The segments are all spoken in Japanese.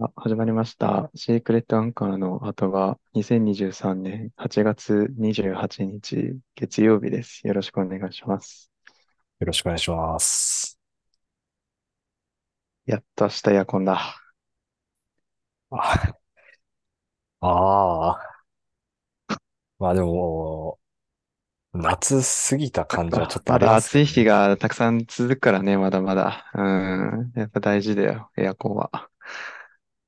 あ、始まりました。シークレットアンカーの後が2023年8月28日月曜日です。よろしくお願いします。よろしくお願いします。 やっと明日エアコンだ。あ、ああ。まあでも、夏過ぎた感じはちょあっとあまりだます暑けいど日ね。がたくさん続くからね、まだまだ。うん。やっぱ大事だよ、エアコンは。だ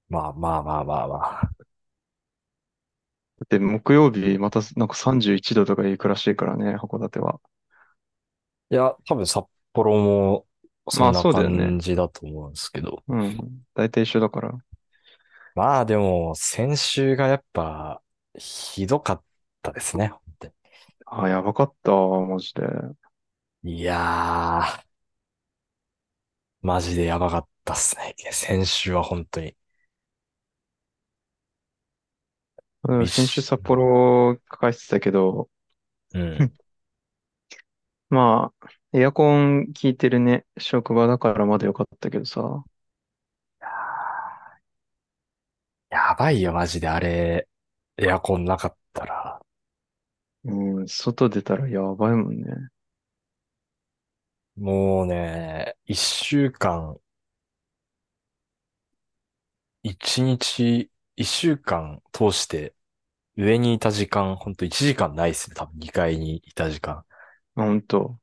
まあまあまあまあまあ。って木曜日またなんか31度とか行くらしいからね、函館は。いや、多分札幌もそまんあなそうだよ感ね。じだと思うんですけど。うん。大体一緒だから。まあでも、先週がやっぱ、ひどかったですね。本当あ、やばかった、マジで。にいやー、マジでやばかったっすね。先週は本当に。うびん、先週し、札幌返してたけど、うん。まあ、エアコン効いてるね、職場だからまだよかったけどさ。やばいよ、マジで。あれ、エアコンなかったら。うん、外出たらやばいもんね。もうね、一週間、一日、一週間通して、上にいた時間、ほんと一時間ないっすね。多分2階にいた時間。あほんと。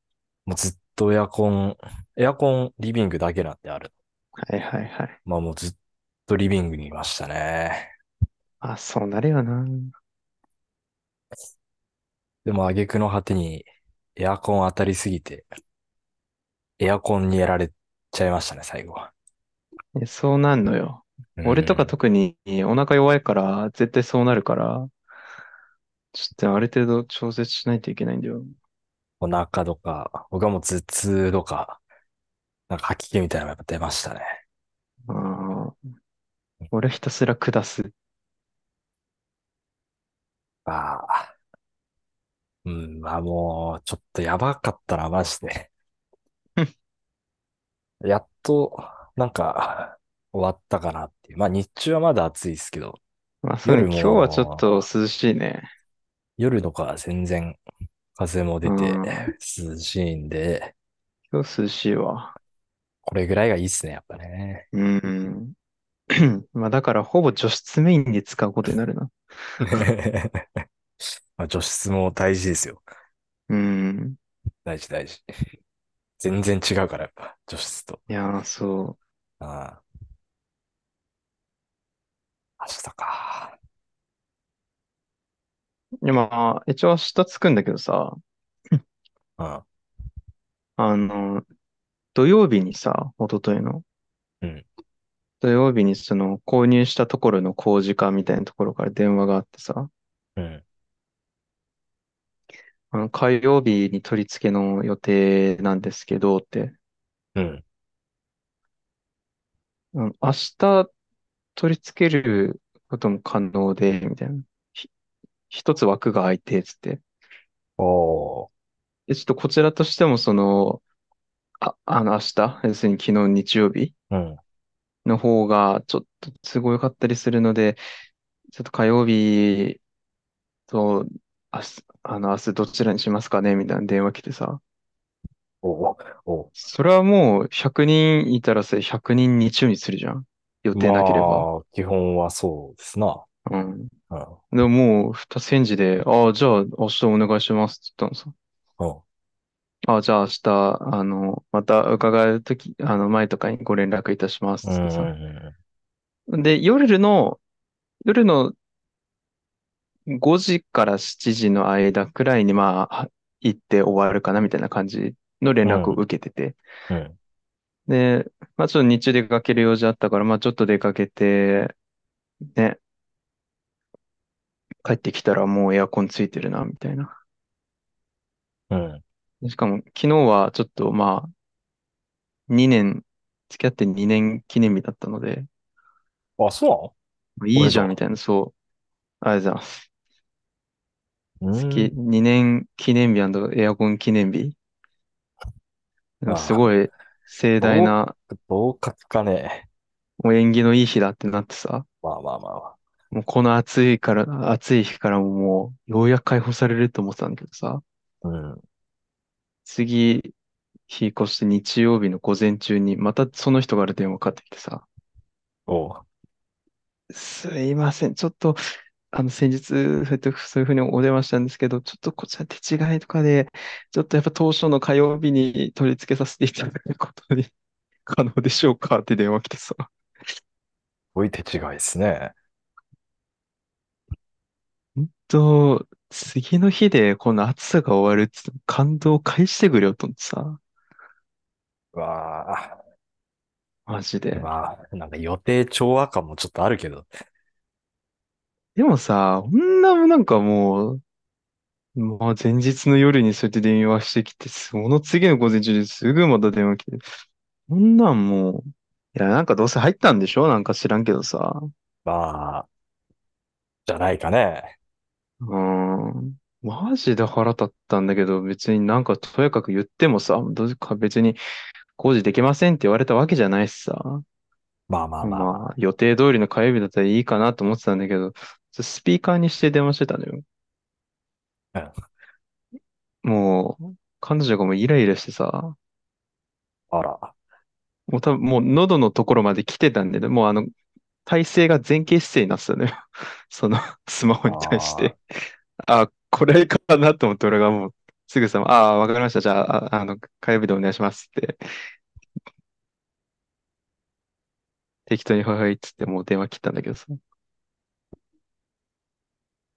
もうずっとエアコン、エアコンリビングだけなんてある。はいはいはい。まあもうずっとリビングにいましたね。あ、そうなるよな。でも挙句の果てに、エアコン当たりすぎて、エアコンにやられちゃいましたね、最後は。えそうなんのよ。う俺とかん。特にお腹弱いから、絶対そうなるから、ちょっとある程度調節しないといけないんだよ。お腹とか、僕はもう頭痛とか、なんか吐き気みたいなのがやっぱ出ましたね。あー俺ひたすら下す。まあ、うん、まあもう、ちょっとやばかったな、マジ で。やっと、なんか、終わったかなっていう。まあ日中はまだ暑いですけど、まあそうね、夜今日はちょっも、と涼しいね。夜とかは全然風もう出てん、涼しいんで、今日涼しいわ。これぐらいがいいっすね、やっぱね。 うん。 まあだからほぼ除湿メインで使うことになるな。まあ除湿も大事ですよ。うん。大事大事。全然違うから、やっぱ、除湿と。いやー、そああ、明日か。う。で、まあ、一応明日着くんだけどさ、うん、あの、土曜日にさ、一昨日の、うん、土曜日にその購入したところの工事課みたいなところから電話があってさ、うん、あの、火曜日に取り付けの予定なんですけどって、うん。うん、明日取り付けることも可能で、みたいな。ひ一つ枠が空いて、つって。おー、で、ちょっとこちらとしてもその、あ、あの、明日、要するに昨日日曜日うん、の方がちょっと都合良かったりするので、ちょっと火曜日と明日、あの、明日どちらにしますかねみたいな電話来てさ。おー、おー。それはもう100人いたらさ、100人日曜にするじゃん。予定なければ。まあ、基本はそうですな。うん。うん。でももう二返事で、ああ、じゃあ明日お願いしますって言ったのさ。うん。ああ、じゃあ明日、あの、また伺うとき、あの、前とかにご連絡いたしまうすってさ。ん。で、夜の、夜の5時から7時の間くらいに、まあ、は行って終わるかなみたいな感じの連う絡をん。受けてて。うん。で、まあちょっと日中出かける用事あったから、まあちょっと出かけて、ね、帰ってきたらもうエアコンついてるな、みたいな。うん。しかも昨日はちょっとまあ2年、付き合って2年記念日だったので、あ、そうなのいいおめでじゃん、みとたいな、そう、ありがとうございます。う。う月、ん。 2年記念日エアコン記念日。なんかすまあ、ごい盛大どう、な、どう書くかね。もう縁起のいい日だってなってさ、まあまあまあまあ。もうこの暑いから、暑い日からももう、ようやく解放されると思ってたんだけどさ、うん。次、引っ越して日曜日の午前中に、またその人から電話かかってきてさ、おう。すいません、ちょっと、あの、先日、そうやってそういうふうにお電話したんですけど、ちょっとこちら手違いとかで、ちょっとやっぱ当初の火曜日に取り付けさせていただくことに 可能でしょうかって電話来てさ、置いて違いですね。本当、次の日でこの暑さが終わるっつって感動を返してくれよと思ってさ、うわあ。マジで。まあ、なんか予定調和感もちょっとあるけど。でもさ、女もなんかもう、まあ前日の夜にそうやって電話してきて、その次の午前中ですぐまた電話来て、こんなんもう、いや、なんかどうせ入ったんでしょなんか知らんけどさ。まあ、じゃないかね。うーん。マジで腹立ったんだけど、別になんかとやかく言ってもさ、どうか別に工事できませんって言われたわけじゃないしさ。まあまあまあままあ、あ。予定通りの火曜日だったらいいかなと思ってたんだけど、スピーカーにして電話してたのよ。うんもう、彼女がもうイライラしてさ、あら。もう多分もう喉のところまで来てたんで、もうあの、体勢が前傾姿勢になってたのよ。 その、スマホに対しああ。て。あ、これかなと思って俺がもう、すぐさま、ああ、わかりました。じゃあ、あ、あの、火曜日でお願いしますって、適当にはいはいっつってもう電話切ったんだけどさ。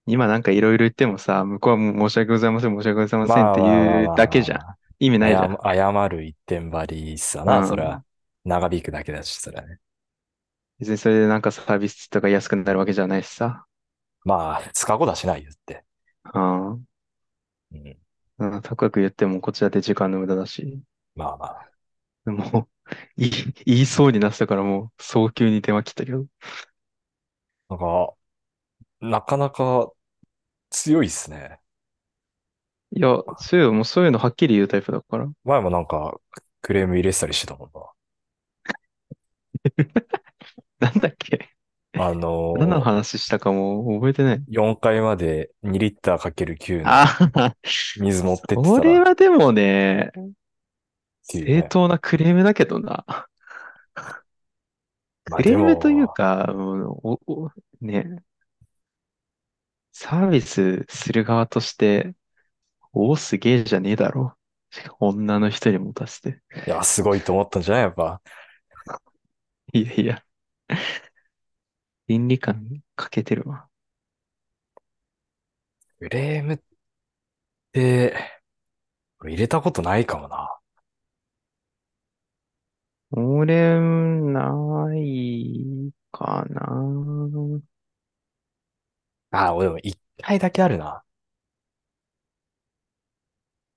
今なんかいろいろ言ってもさ、向こうはもう申し訳ございません、申し訳ございまませんっあてまあまあ言うまあだまけあじゃん。まあ。意味ないじゃん。謝、謝る一点張りさうな、それは。ん。長引くだけだし、それはね。別にそれでなんかサービスとか安くなるわけじゃないしさ。まあ、二日後だしな、言って。うん。うん。うん、とかく言ってもこっちだって時間の無駄だし。まあまあ。でも、 言い、言いそうになってたからもう早急に電話切ったけど。なんか、なかなか強いっすね。いや、そういう、もうそういうのはっきり言うタイプだから。前もなんか、クレーム入れてたりしてたもんなな。んだっけあ何のの話したかも覚えてない。ー、4階まで2リッターかける9のああ、水 持ってってそたられっはでもね、ていう正ね。当なクレームだけどな。まクあでレームというも、か、うんお、お、ね、サービスする側として、おお、すげえじゃねえだろ。しかも女の人に持たせて。いや、すごいと思ったんじゃないやっぱ。いやいや、倫理観欠けてるわ。クレームって、俺入れたことないかもな。俺、ないかな。ああ、俺も1回だけあるな。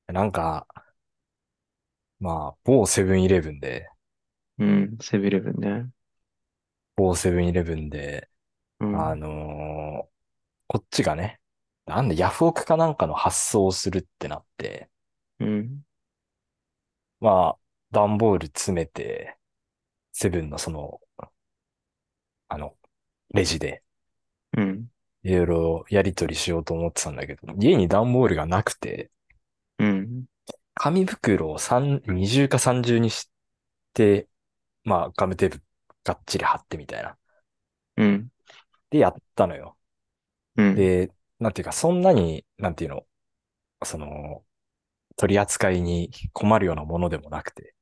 なんか、まあ、某セブンイレブンで、うん、セブンイレブンね。某セブンイレブンで、うあん、のーこっちがね、なんでヤフオクかなんかの発送をするってなって、うん、まあ、段ボール詰めて、セブンのその、あの、レジで、うん、いろいろやり取りしようと思ってたんだけど、家に段ボールがなくて、うん、紙袋を三二重か三重にして、まあ、ガムテープがっちり貼ってみたいな。うん、で、やったのよ。うん、で、なんていうか、そんなに、なんていうの、その、取り扱いに困るようなものでもなくて、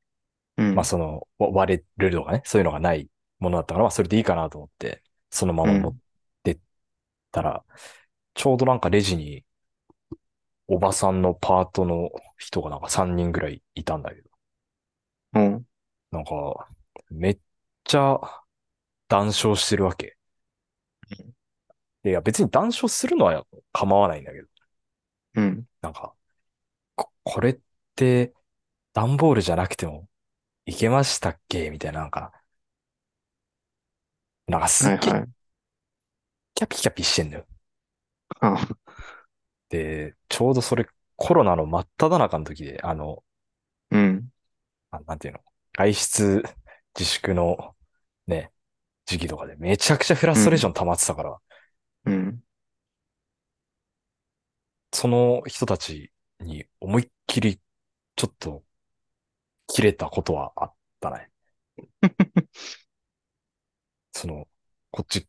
うまあん、その、わ割れるとかね、そういうのがないものだったから、まあそれでいいかなと思って、そのまうま持っん、てったら、ちょうどなんかレジにおばさんのパートの人がなんか3人ぐらいいたんだけど、うん。なんか、めっちゃ談笑してるわけ。でいや、別に談笑するのは構わないんだけど、うんなんか、こ、これって段ボールじゃなくてもいけましたっけみたいな、なんか、なんかすはっいげえはい。キャピキャピしてんのよ。あ、で、ちょうどそれコロナの真っ只中の時で、あの、うん、あなんていうの、外出自粛のね、時期とかでめちゃくちゃフラうストレーショん、ン溜まってたから、うん。その人たちに思いっきりちょっと切れたことはあった ね。その、こっち、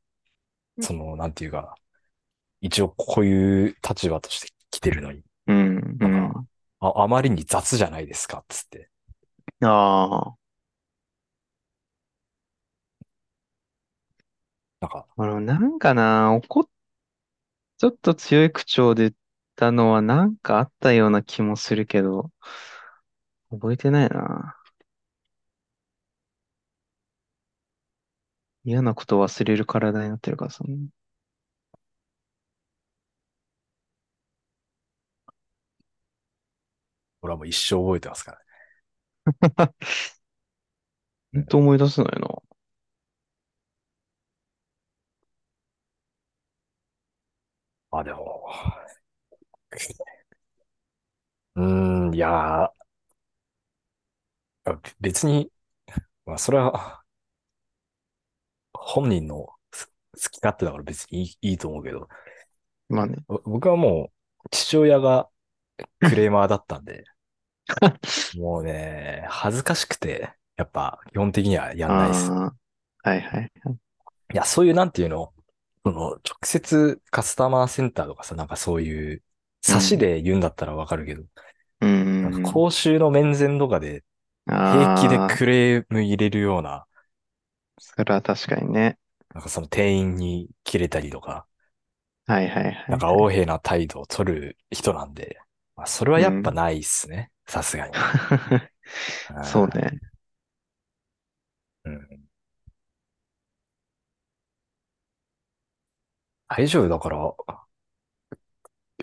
その、なんていうか、一応こういう立場として来てるのに、うん、なんうか、ん。あ、あまりに雑じゃないですか、つって。あなんか、あ、俺なんかな、怒っ、ちょっと強い口調で言ったのはなんかあったような気もするけど、覚えてないな。嫌なこと忘れる体になってるからさ。俺はもう一生覚えてますからね。う本ん当思い出せないな。まあでも、うーん、いやー、別に、まあそれは本人の好好き勝手だから別にいい、いいと思うけど、まあね。ぼ僕はもう父親がクレーマーだったんで、もうね、恥ずかしくて、やっぱ基本的にはやんないです。ああ、はいはい。いや、そういうなんていうの、その直接カスタマーセンターとかさ、なんかそういうう差しん。で言うんだったらわかるけど、うなんかんうん公衆の面前とかでうん。平気でああ、クレーム入れるような、それは確かにね。なんかその店員に切れたりとか、はいはいはなん いかは横い。柄な態度を取る人なんで、まあ、それはうやっぱん。ないっすね。さすがに。う。そうんね。うん大丈夫だから、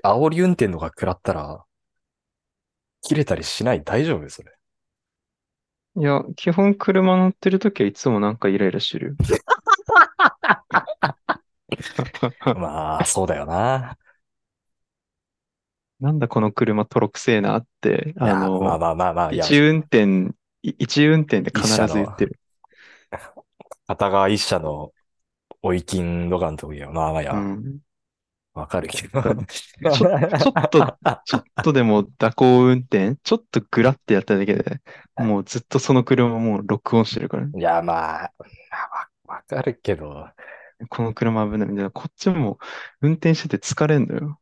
煽り運転とか食らったら、切れたりしない。大丈夫それ。いや、基本車乗ってるときはいつもなんかイライラして るよ。まあ、そうだよな。なんだこの車トロくせえなって、いあや、まあの、まあまあまあ、いや、一運転、い一運転で一必社ず言っの、てる。片側一社の追い金とかの時は、まあまあ、いや、うん。わかるけど。だちょ、ちょっと、ちょっとでも蛇行運転、ちょっとグラってやっただけで、もうずっとその車もうロックオンしてるからね。 いや、まあ、わわかるけど、この車危ないみたいな。こっちも運転してて疲れんのよ。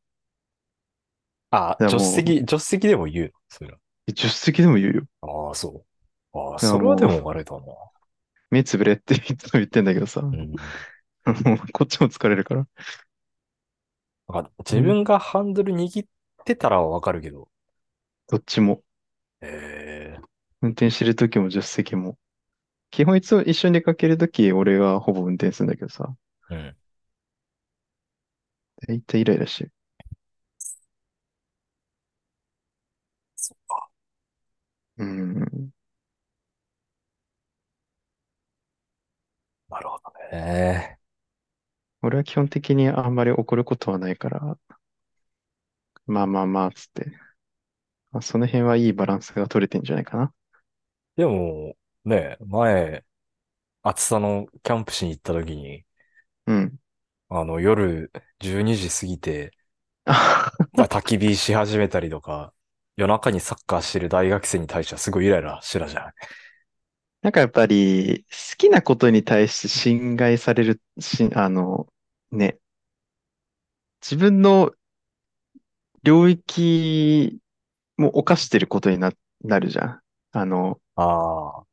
あ、だから助手もう、席、助手席でも言うのそれは。助手席でも言うよ。ああ、そう。ああ、だかそられはでもう、もあれだな。目つぶれっていつも言ってんだけどさ、もうん。うこっちも疲れるから。なんか自うん分がハンドル握ってたらわかるけど。どっちも。ええ運転してる時も助手席も。基本いつも一緒に出かける時、俺がほぼ運転するんだけどさ、うん。大体イライラしてる。そっか。うん。なるほどね。俺は基本的にあんまり怒ることはないから、まあまあまあ、つって。まあ、その辺はいいバランスが取れてんじゃないかな。でも、ね、前、暑さのキャンプしに行った時に、うん。あの、夜12時過ぎて、あまあ、焚き火し始めたりとか、夜中にサッカーしてる大学生に対してはすごいイライラしてたじゃん。なんかやっぱり、好きなことに対して侵害される、し、あの、ね、自分の領域も犯してることにな、なるじゃん。あの、ああ、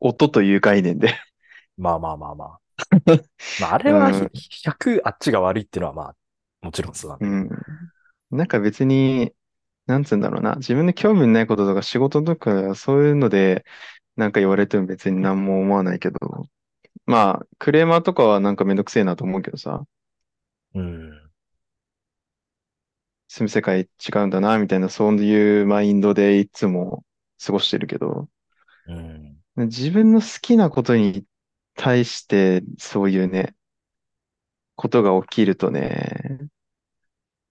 音という概念で。まあまあまあまあ。まあ、あ れうはひん、 100あっちが悪いっていうのはまあ、もちろんそうなんだうけど。ん。なんか別に、なんつうんだろうな。自分の興味のないこととか仕事とかそういうので、なんか言われても別に何も思わないけど。まあ、クレーマーとかはなんかめんどくせえなと思うけどさ、うん。住む世界違うんだな、みたいな、そういうマインドでいつも過ごしてるけど、うん。自分の好きなことに対してそういうね、ことが起きるとね、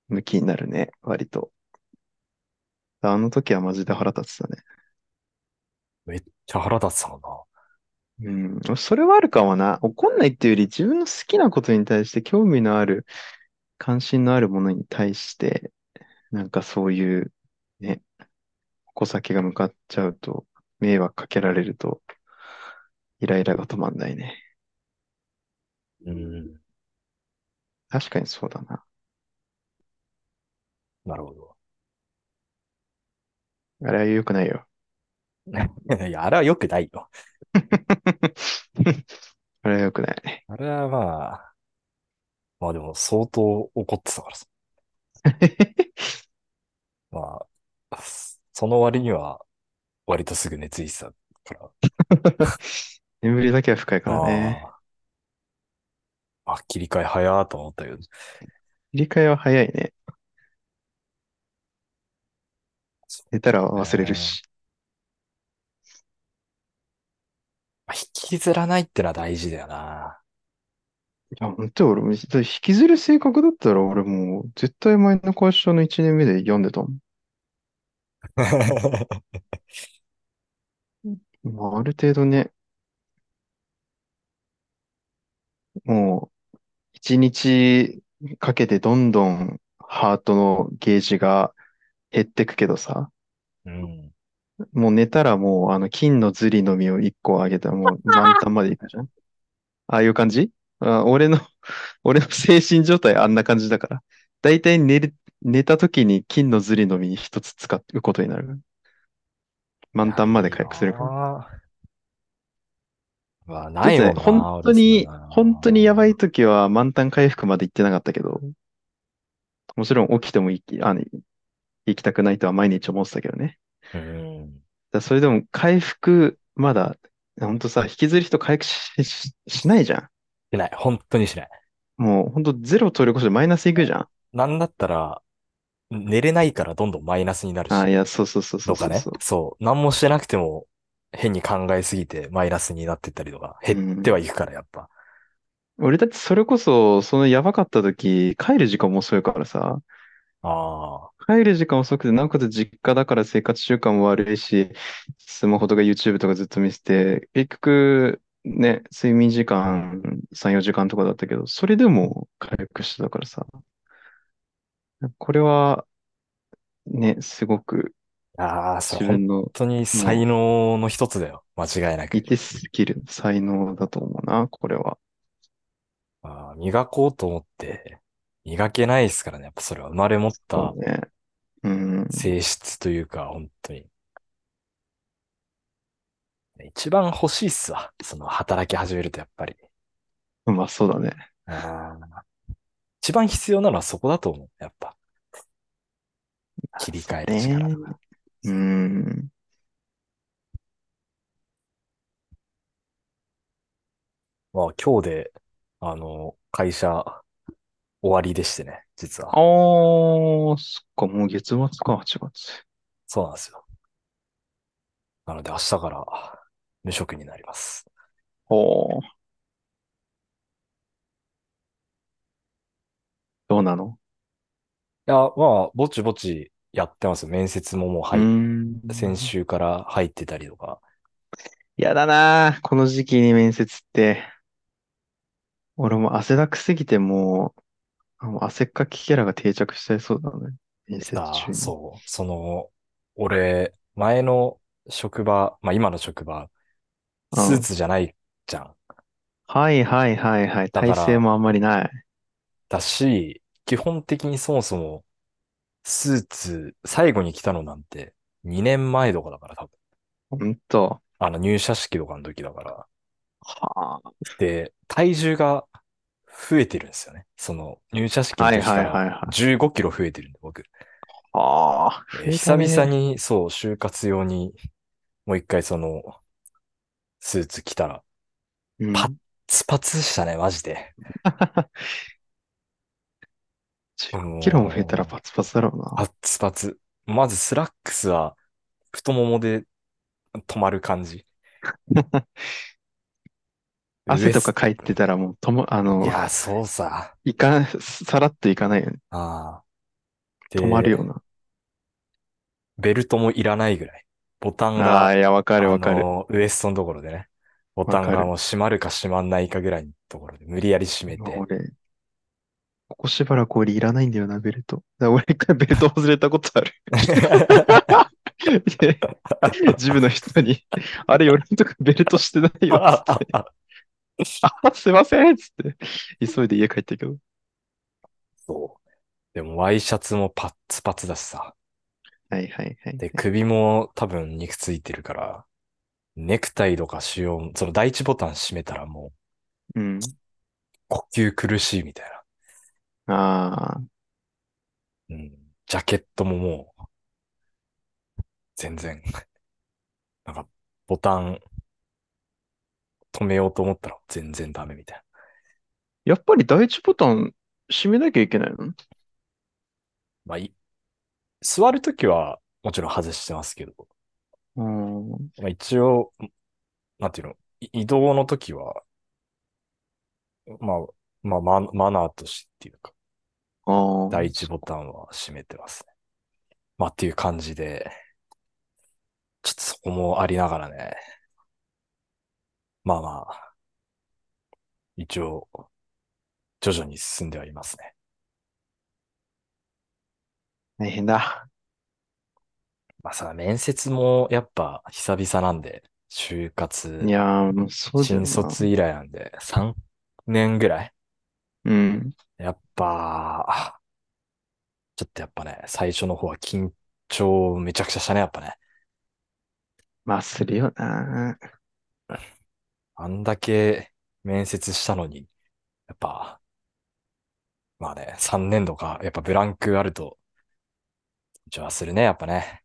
ムキになるね、割と。あの時はマジで腹立ってたね。めっちゃ腹立つたもんな。うん、それはあるかもな。怒んないっていうより、自分の好きなことに対して興味のある、関心のあるものに対して、なんかそういう、ね、矛先が向かっちゃうと、迷惑かけられると、イライラが止まんないね。うん。確かにそうだな。なるほど。 あれは良くないよ。 いや、あれは良くないよ。あれは良くない。 あれはまあ、まあでも相当怒ってたからさ。まあ、その割には割とすぐ寝ついてたから。眠りだけは深いからね。ああ、あ、切り替え早ーと思ったけど。切り替えは早いね。そ寝たらうね。忘れるし。まあ引きずらないってのは大事だ よな。いや、本当に俺も、だって引きずる性格だったら俺もう、絶対前の会社の1年目で病んでたもん。まあ、ある程度ね、もう、1日かけてどんどんハートのゲージが減ってくけどさ、うん。もう寝たらもう、あの、金のズリの実を1個あげたらもう満タンまでいくじゃん。 ああいう感じあ、俺の 俺の精神状態あんな感じだから。だいたい寝る、寝た時に金のズリの実一つ使うことになる。い満や、タンまでいい回な復するから。あ。まあ、ちょなっいとね、もん本な、当俺そんに、本当にやばいな。時は満タン回復まで行ってなかったけど、もちろん起きても行き、あの、行きたくないとは毎日思ってたけどね。うん。だからそれでも回復、まだ、本当さ、引きずる人回復し、し、しないじゃしない。本当にしない。ん。もう本当ゼロ取り越してマイナスいくじゃん。なんだったら、寝れないからどんどんマイナスになるあ、いし、や、そうそうそうそとうかそうね。そそう。何もしてなくても、変に考えすぎてマイナスになってったりとか、う。減うってん。はいくから、やっぱ。俺だってそれこそ、そのやばかった時、帰る時間も遅いからさ、ああ。帰る時間遅くて、なおかつ実家だから生活習慣も悪いし、スマホとか YouTube とかずっと見せて、結局、ね、睡眠時間3、4時間とかだったけど、それでも回復してたからさ、これはね、すごくああ、それ自分本の、当に才も能の一つだよ。間違いなう、く。いてスキル、才能だと思うな、これは。ああ、磨こうと思って、磨けないですからね。やっぱそれは生まれ持っそうたね。うん。性質というか、本当に。一番欲しいっすわ。その働き始めるとやっぱり。まあそうだね。ああ。一番必要なのはそこだと思う。やっぱ。切りそ替えうる力ね。とか。うん。まあ今日で、あの、会社終わりでしてね、実あは。ー、そっか、もう月末か、8月。そうなんですよ。なので明日から無職になります。おー、どうなのいや、まあ、ぼちぼちやってます。面接ももううー入っ、先ん。週から入ってたりとか。やだなあこの時期に面接って。俺も汗だくすぎてもう、あもう汗っかきキャラが定着しちゃいそうだね。面接あ中あ、に。そう。その、俺、前の職場、まあ今の職場、うスーん。ツじゃないじゃん。はいはいはいはい。だか体勢ら、もあんまりない。だし、基本的にそもそも、スーツ、最後に着たのなんて、2年前とかだから、多ほ分。んと。あの、入社式とかの時だから。はあ。で、体重が増えてるんですよね。その、入社式のはい時はかいはらいはい。 15キロ増えてるんで、僕。はあ。で増えた久々ね。に、そう、就活用に、もう一回その、スーツ着たら、うパッん。ツパツしたね、マ ジで。 10キロも増えたらもパツパツだろうう、パな。ッツパツ。まずスラックスは、太ももで止まる感じ。ウ 汗エとかスかト。いてたらもう、とも、あいの、や、そうさ。いか、さらっといかないよね。ああ。止まるよで、な。ベルトもいらないぐらい。ボタンああ、が、いや、わかるあわかる。のーウエストのところでね。ボわタンかがる。もう閉まるか閉まんないかぐらいのところで、無理やり閉めて、俺、ここしばらく俺いらないんだよな、ベルト。だから俺一回ベルト外れたことある。 でジムの人に、あれ、俺のとこベルトしてない よ、つって。あ、すいません、つって。急いで家帰ったけど。そう。でもワイシャツもパッツパツだしさ。はいはいはい で、はい。首も多分肉ついてるから、ネクタイとかしよう。その第一ボタン閉めたらもううん。呼吸苦しいみたいな。ああ、うん。ジャケットももう全然、なんかボタン止めようと思ったら全然ダメみたいな。やっぱり第一ボタン閉めなきゃいけないのまあ、い座るときはもちろん外してますけど、うん。まあ、一応、なんていうの、い移動のときは、まあ、まあ、ママナーとしてっていうか、あ第あ、一ボタンは閉めてますね。まあ、っていう感じで、ちょっとそこもありながらね、まあまあ、一応、徐々に進んではいますね。大変だ。まあさ、面接もやっぱ久々なんで、就い活、やー、もうそうだよ新な。卒以来なんで、3年ぐらい。うん。やっぱ、ちょっとやっぱね、最初の方は緊張めちゃくちゃしたね、やっぱね。まあ、するよな。あんだけ面接したのに、やっぱ、まあね、3年度か、やっぱブランクあると、緊張はするね、やっぱね。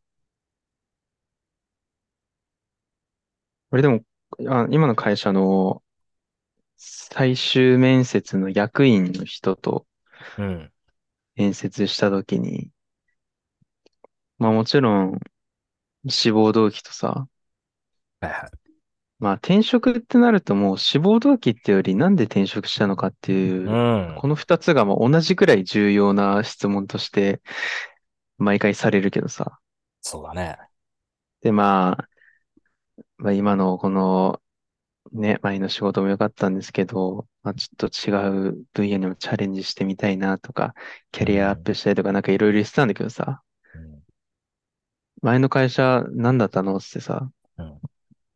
俺でも、あ、今の会社の最終面接の役員の人とうん。面接したときに、まあもちろん志望動機とさ、はいはい。まあ転職ってなるともう志望動機ってよりなんで転職したのかってういう、ん。この二つがまあ同じくらい重要な質問として毎回されるけどさ。そうだね。でまあ、まあ今のこのね、前の仕事も良かったんですけど、まあ、ちょっと違う分野にもチャレンジしてみたいなとか、キうャリアアッん。プしたいとかなんかいろいろ言ってたんだけどさ、うん。前の会社何だったのってさ、うん。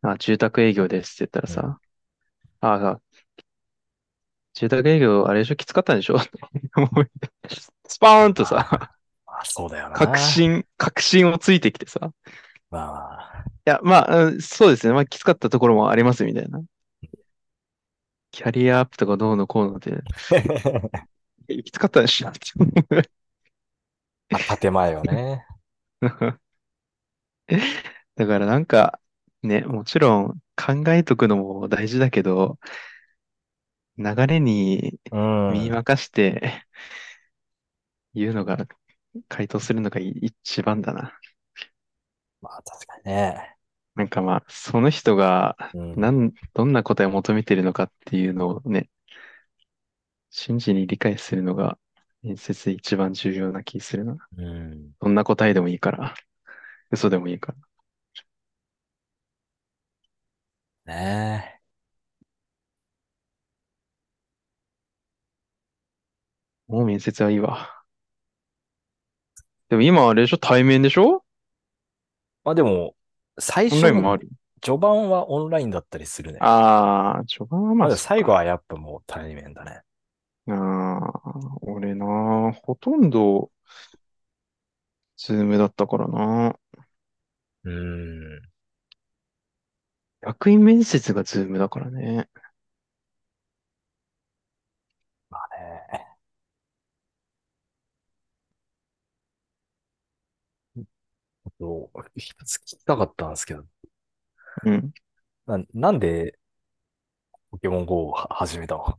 あ、住宅営業ですって言ったらうん。さ、ああ、住宅営業あれでしょ、きつかったんでしょ もうスパーンとあさ、あ、そうだよ確な。信、確信をついてきてさ、まあ まあ、いや、まあ、うんそうですね、まあきつかったところもありますみたいな。キャリアアップとかどうのこうので、えきつかったんでしょってまあ、建前よね。 だからなんか、ね、もちろん考えとくのも大事だけど、流れにう身ん。任して言うのが、回答するのが一番だな。まあ、確かにね。なんかまあ、その人が、うん。なん、どんな答えを求めてるのかっていうのをね、瞬時に理解するのが、面接で一番重要な気するな。うん。どんな答えでもいいから、嘘でもいいから。ねえ。もう面接はいいわ。でも今あれでしょ対面でしょまあでも、最オン初ラインのもある。序盤はオンラインだったりするね。ああ、序盤はままあだそっ最後か。はやっぱもう対面だね。ああ、俺な、ほとんど、ズームだったからな。うん。役員面接がズームだからね。まあね。そう、一つ聞きたかったんですけど、うん。な、なんでポケモン GO をは始めたの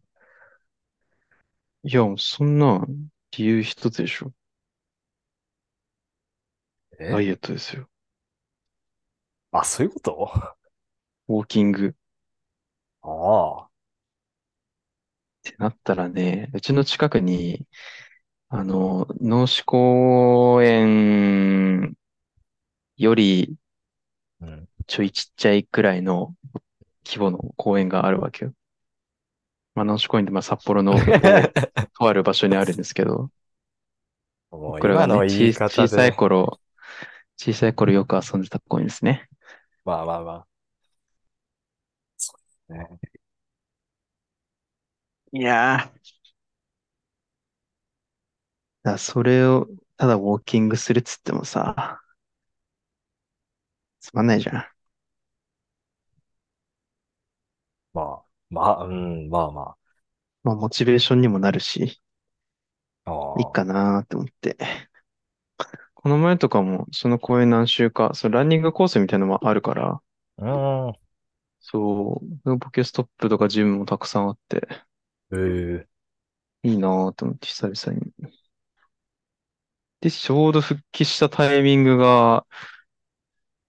いや、もうそんな、理由一つでしょ。ダえイエットですよ。あ、そういうことあウォーキングっあてなったらね、うちの近くに、あの、脳死公園よりー。うん。ちょいちっちゃいくらいの規模の公園があるわけよ。まあ、ナウシカ公園って、まあ、札幌 の、こう、とある場所にあるんですけど、 もう僕らが今ね、の言い小、方小さいで、頃、小さい頃よく遊んでた公園ですね。まあまあまあ、そうですね。いやーだからそれを、ただウォーキングするっつってもさ、つまんないじゃん。まあ、まあ、うん、まあままあ、モチベーションにもなるし、あ、いいああ、かなーって思って。この前とかも、その公園何周か、そのランニングコースみたいなのもあるから、うん、そう、ポケストップとかジムもたくさんあって、ええいいなーって思って、久々に。で、ちょうど復帰したタイミングが、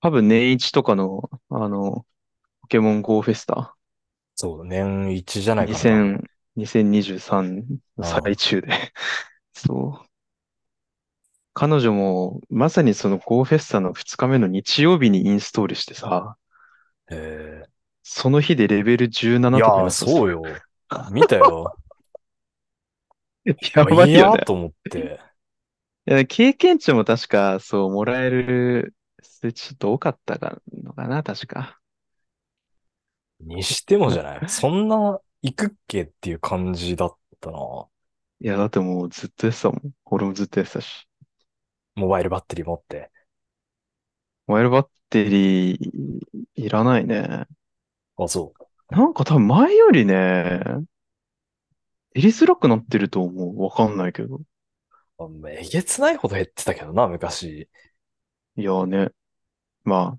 多分年一とかの、あの、ポケモン GO フェスタ、そう、年一じゃないかな。 2000、2023のあ最中で、 そう。彼女も、まさにその GO フェスタの2日目の日曜日にインストールしてさ、あ、ええその日でレベルい17とやかにー、なったんですそうよ。よ。見 たよ。や あいばいいよやね。と思って。いや、経験値も確か、そう、もらえる数値ちょっと多かったかのかな、確か。にしてもなじゃない。そんな、行くっけっていう感じだったな。モいや、だってもうずっとやってたもん。俺もずっとやってたし。バイルバッテリー持って。モバイルバッテリーいらないね。あ、そう。なんか多分前よりね、やりづらくなってると思う。わかんないけど。あもうえげつないほど減ってたけどな、昔。いやね、ま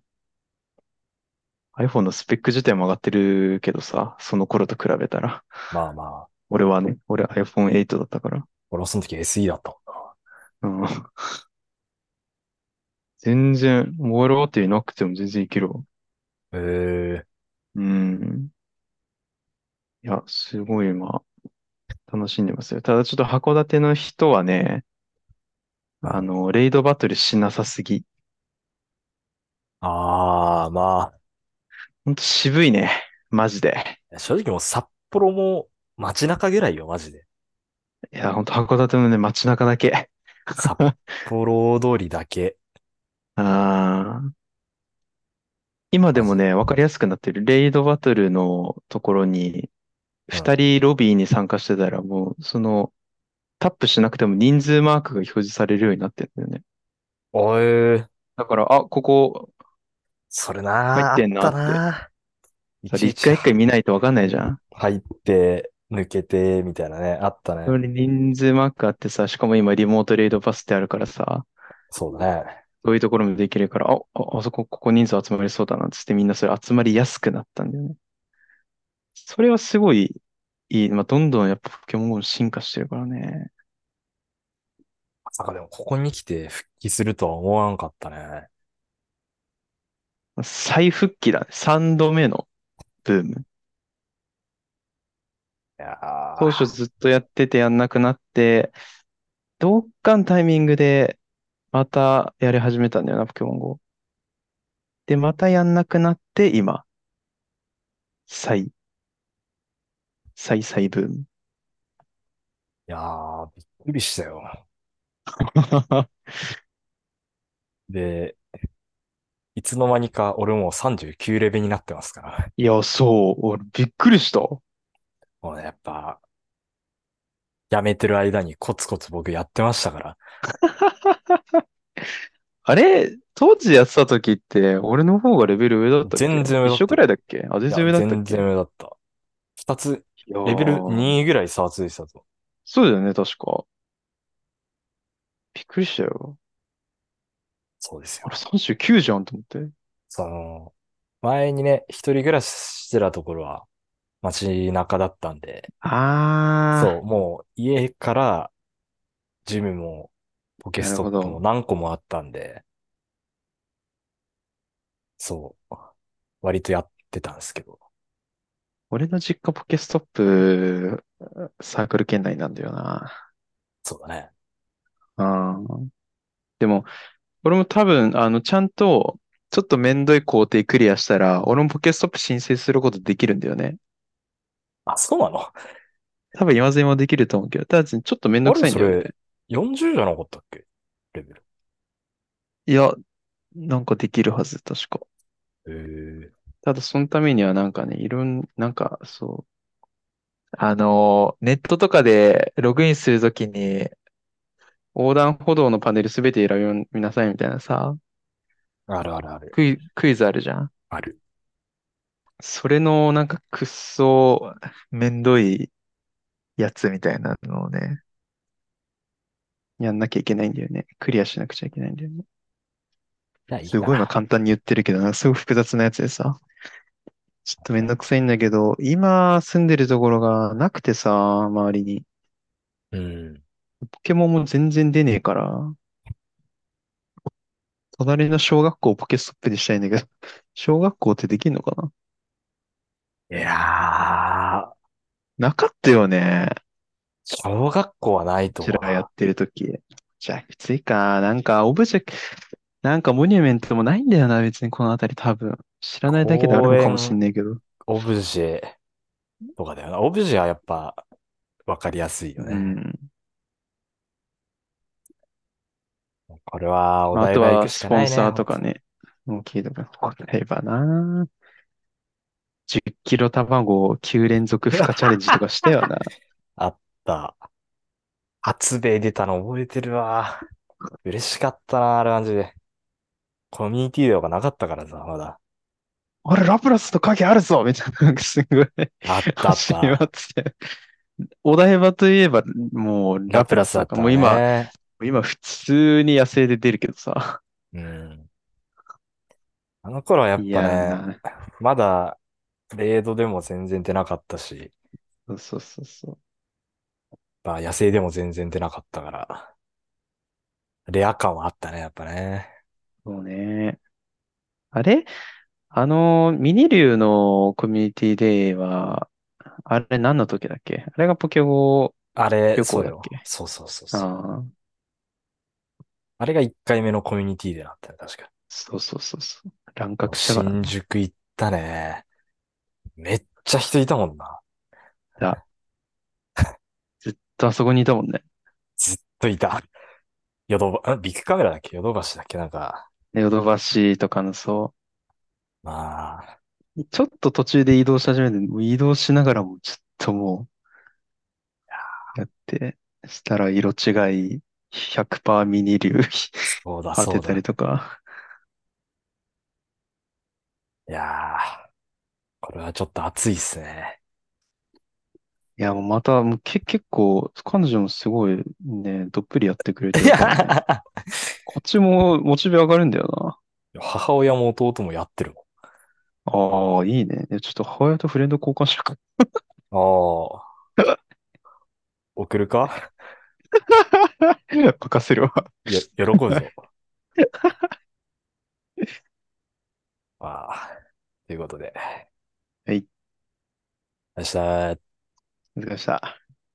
あ、iPhone のスペック自体も上がってるけどさ、その頃と比べたら。まあまあ、俺はね、俺 iPhone8 だったから。俺はその時 SE だったもんな。うん。全然、モバイルバッテリーなくても全然いけるわ。ええうん。いや、すごい今、楽しんでますよ。ただちょっと函館の人はね、あの、レイドバトルしなさすぎ。ああ、まほんと渋いね。マジで。あ、正直もう札幌も街中ぐらいよ、マジで。いや、ほんと函館のね、街中だけ。札幌通りだけ。 あー今でマもジ。ね、わかりやすくなってる。レイドバトルのところに、う二ん。人ロビーに参加してたら、もう、その、タップしなくても人数マークが表示されるようになってるんだよね。あええだから、あ、ここそ入れっなあ、あてっんなたって。なあ。いそちれい一ち回一回見ないとわかんないじゃ ん。入って、抜けて、みたいなね、あったそれね。人数マークあってさ、しかも今リモートレイドパスってあるからさ、そうだね。そういうところもできるから、あ、あ、あそこ、ここ人数集まりそうだなっつってみんなそれ集まりやすくなったんだよね。それはすごいいい。まあ、どんどんやっぱポケモン GO 進化してるからね。まさかでもここに来て復帰するとは思わんかったね。まあ再復帰だね。3度目のブーム。いや当初ーずっとやっててやんなくなって、どっかのタイミングでまたやり始めたんだよな、ポケモン GO。で、またやんなくなって、今、再、再再ブーム。いやー、びっくりしたよ。で、いつの間にか俺もう39レベルになってますから。いや、そう、俺びっくりした。もうね、やっぱ、やめてる間にコツコツ僕やってましたから。あれ、当時やってた時って、俺の方がレベル上だったっ全け然上一だ緒ったくらいだよ。っけあ、全い然上や、だったっ全然け上だった。二つ、いやレベルー、 2ぐらい差ついてたぞ。そうだよね、確か。びっくりしたよ。そうですあれ、よ。 39じゃんと思って。その、前にね、一人暮らししてたところは街中だったんで、あそう、もう家からジムもポケー、なスるトッほプもど。何個もあったんで、そう、割とやってたんですけど。俺の実家ポケストップ、サークル圏内なんだよな。そうだね。あーでも、俺も多分、あの、ちゃんと、ちょっとめんどい工程クリアしたら、俺もポケストップ申請することできるんだよね。あ、そうなの多分今全もできると思うけど、ただちょっとめんどあくれさいんそだよね。れ、40じゃなかったっけレベル。いや、なんかできるはず、確か。ええただそのためにはなんかね、いろん、なんかそう、あのーネットとかでログインするときに、横断歩道のパネルすべて選びなさいみたいなさ、あるあるある。クイ、クイズあるじゃん。ある。それのなんかくっそめんどいやつみたいなのをね、やんなきゃいけないんだよね。クリアしなくちゃいけないんだよね。じゃあいいすごい今な。簡単に言ってるけどな、すごい複雑なやつでさ、ちょっとめんどくさいんだけど、今住んでるところがなくてさ、周りに。うん。ポケモンも全然出ねえから、隣の小学校をポケストップにしたいんだけど、 小学校ってできんのかないやー、なかったよね。小学校はないうとち思うらやな。ってるとき。じゃあ、きついか。なんか、オブジェク、なんかモニュメントもないんだよな、別にこの辺り多分。知らないだけである公のかもしん園、ないけど。オブジェとかだよな。オブジェはやっぱわかりやすいようね。ん。これはおまあ、あ台と場行くは、しスかポなンいね、サーほんとと。かね。大きいとか、こればな。10キロ卵9連続負荷チャレンジとかしたよ な。あった。初ベイ出たの覚えてるわ。 嬉しかったな、あれ感じで。コミュニティとかなかったからさ、まだ。あれ、ラプラスの影あるぞみたいな、なんかすごいあった あっ。走り回ったて。お台場といえば、もう、ララププララススだとっか、たもう今、ね。今普通に野生で出るけどさ。うん。あの頃はやっいぱやね、な。まだ、レードでも全然出なかったし、そうそうそうそう。まあ、野生でも全然出なかったから、レア感はあったね、やっぱね。そうね。あれあの、ミニリュウのコミュニティデイは、あれ何の時だっけあれがポケゴあれ、旅そ行うだっよ。けそうそうそうそう。ああ、あれが1回目のコミュニティでなったね、確か。そうそうそうそう。乱もう獲したから新ね。宿行ったね。めっちゃ人いたもんな。だ、ずっとあそこにいたもんね。ずっといた。ヨドバ、んビッグカメラだっけヨドバシだっけなんか、ヨドバシとかのそまあ、う。ちょっと途中で移動し始めて、もう移動しながらもちょっともう、やって、したら色違い100%ミニリュウ そうだ当そてうたりだ。とか。いやー、これはちょっと熱いっす ね。いや、もうまた、もうけ、結構、彼女もすごいね、どっぷりやってくれているから ね。や、こっちもモチベ上がるんだよ母親も弟もやってるな。ああ、いいね。いやちょっと母親とフレンド交換しようか。もん。ああ、 送るか任せるわ。よ、喜ぶぞ。 まあ、ということで、はい、明日。お疲れ様でした。